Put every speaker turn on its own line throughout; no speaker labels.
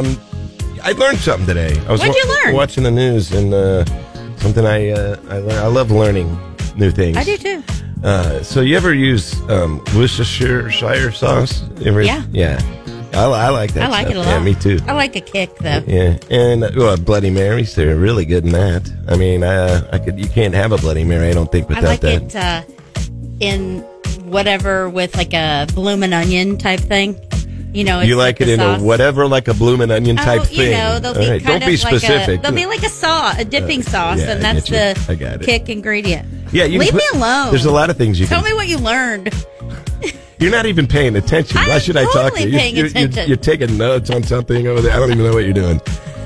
Um, I learned something today. I was
What'd you learn?
Watching the news and uh, something I uh, I learned. I love learning new things.
I do too.
Uh, so you ever use um, Worcestershire sauce? Ever-
Yeah.
yeah. I, I like that.
I like
stuff.
it a lot. Oh.
Yeah, me too.
I like a kick though.
Yeah, and uh, well, Bloody Marys, they're really good in that. I mean, uh, I could you can't have a Bloody Mary, I don't think,
I
without
like
that.
it uh, in whatever with like a bloomin' onion type thing. You know, it's
you like it
the
in
sauce.
a whatever, like a bloomin' onion
Oh,
type
you
thing.
know, they'll
All
be
right,
kind
don't
of
be
like
specific.
a. They'll be like a sauce, a dipping sauce,
yeah,
and
I
that's
get you.
the
I got it.
kick ingredient.
yeah, you can
leave
put-
me alone.
There's a lot of things you
Tell
can
me what you learned.
You're not even paying attention.
I'm
Why should I talk
totally
to you?
paying
You're, you're-
attention.
you're taking notes on something over there. I don't even know what you're doing.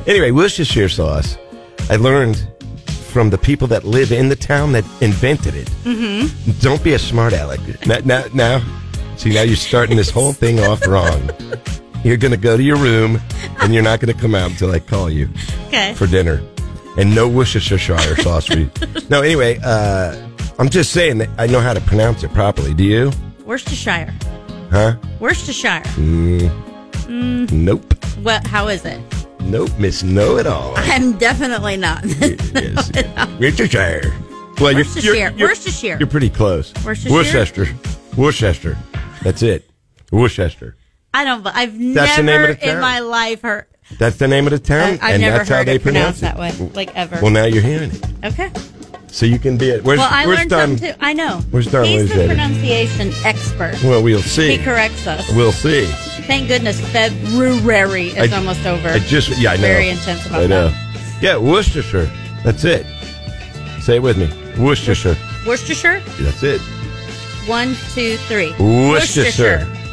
Anyway, Worcestershire sauce. I learned from the people that live in the town that invented it. Mm-hmm. Don't be a smart aleck. Now, now, now, see, now you're starting this whole thing off wrong. You're going to go to your room and you're not going to come out until I call you
Okay.
for dinner, and no Worcestershire sauce for you. No, anyway, uh, I'm just saying that I know how to pronounce it properly. Do you?
Worcestershire.
Huh?
Worcestershire.
Hmm. Nope.
What? How is it?
Nope, Miss Know It All.
I'm definitely not.
yes. Worcestershire. Well, you're,
Worcestershire. Worcestershire.
You're pretty close.
Worcestershire?
Worcester. Worcester. That's it. Worcester.
I don't. I've
That's the name
never
of the
in
town.
my life heard.
That's the name of the town,
I- I've
and
never
that's
heard
how they
it
pronounce it.
pronounced that way, like ever.
Well, now you're hearing it,
Okay.
so you can be it. Where's,
Well, I
where's
learned
Don?
something too. I know.
where's Don
He's the
Wednesday?
pronunciation expert.
Well, we'll see.
He corrects us.
We'll see.
Thank goodness February is
I-
almost over.
I just yeah, I know.
Very intense about
I know.
that.
Yeah, Worcestershire. That's it. Say it with me. Worcestershire.
Worcestershire,
That's it.
one, two, three.
Worcestershire.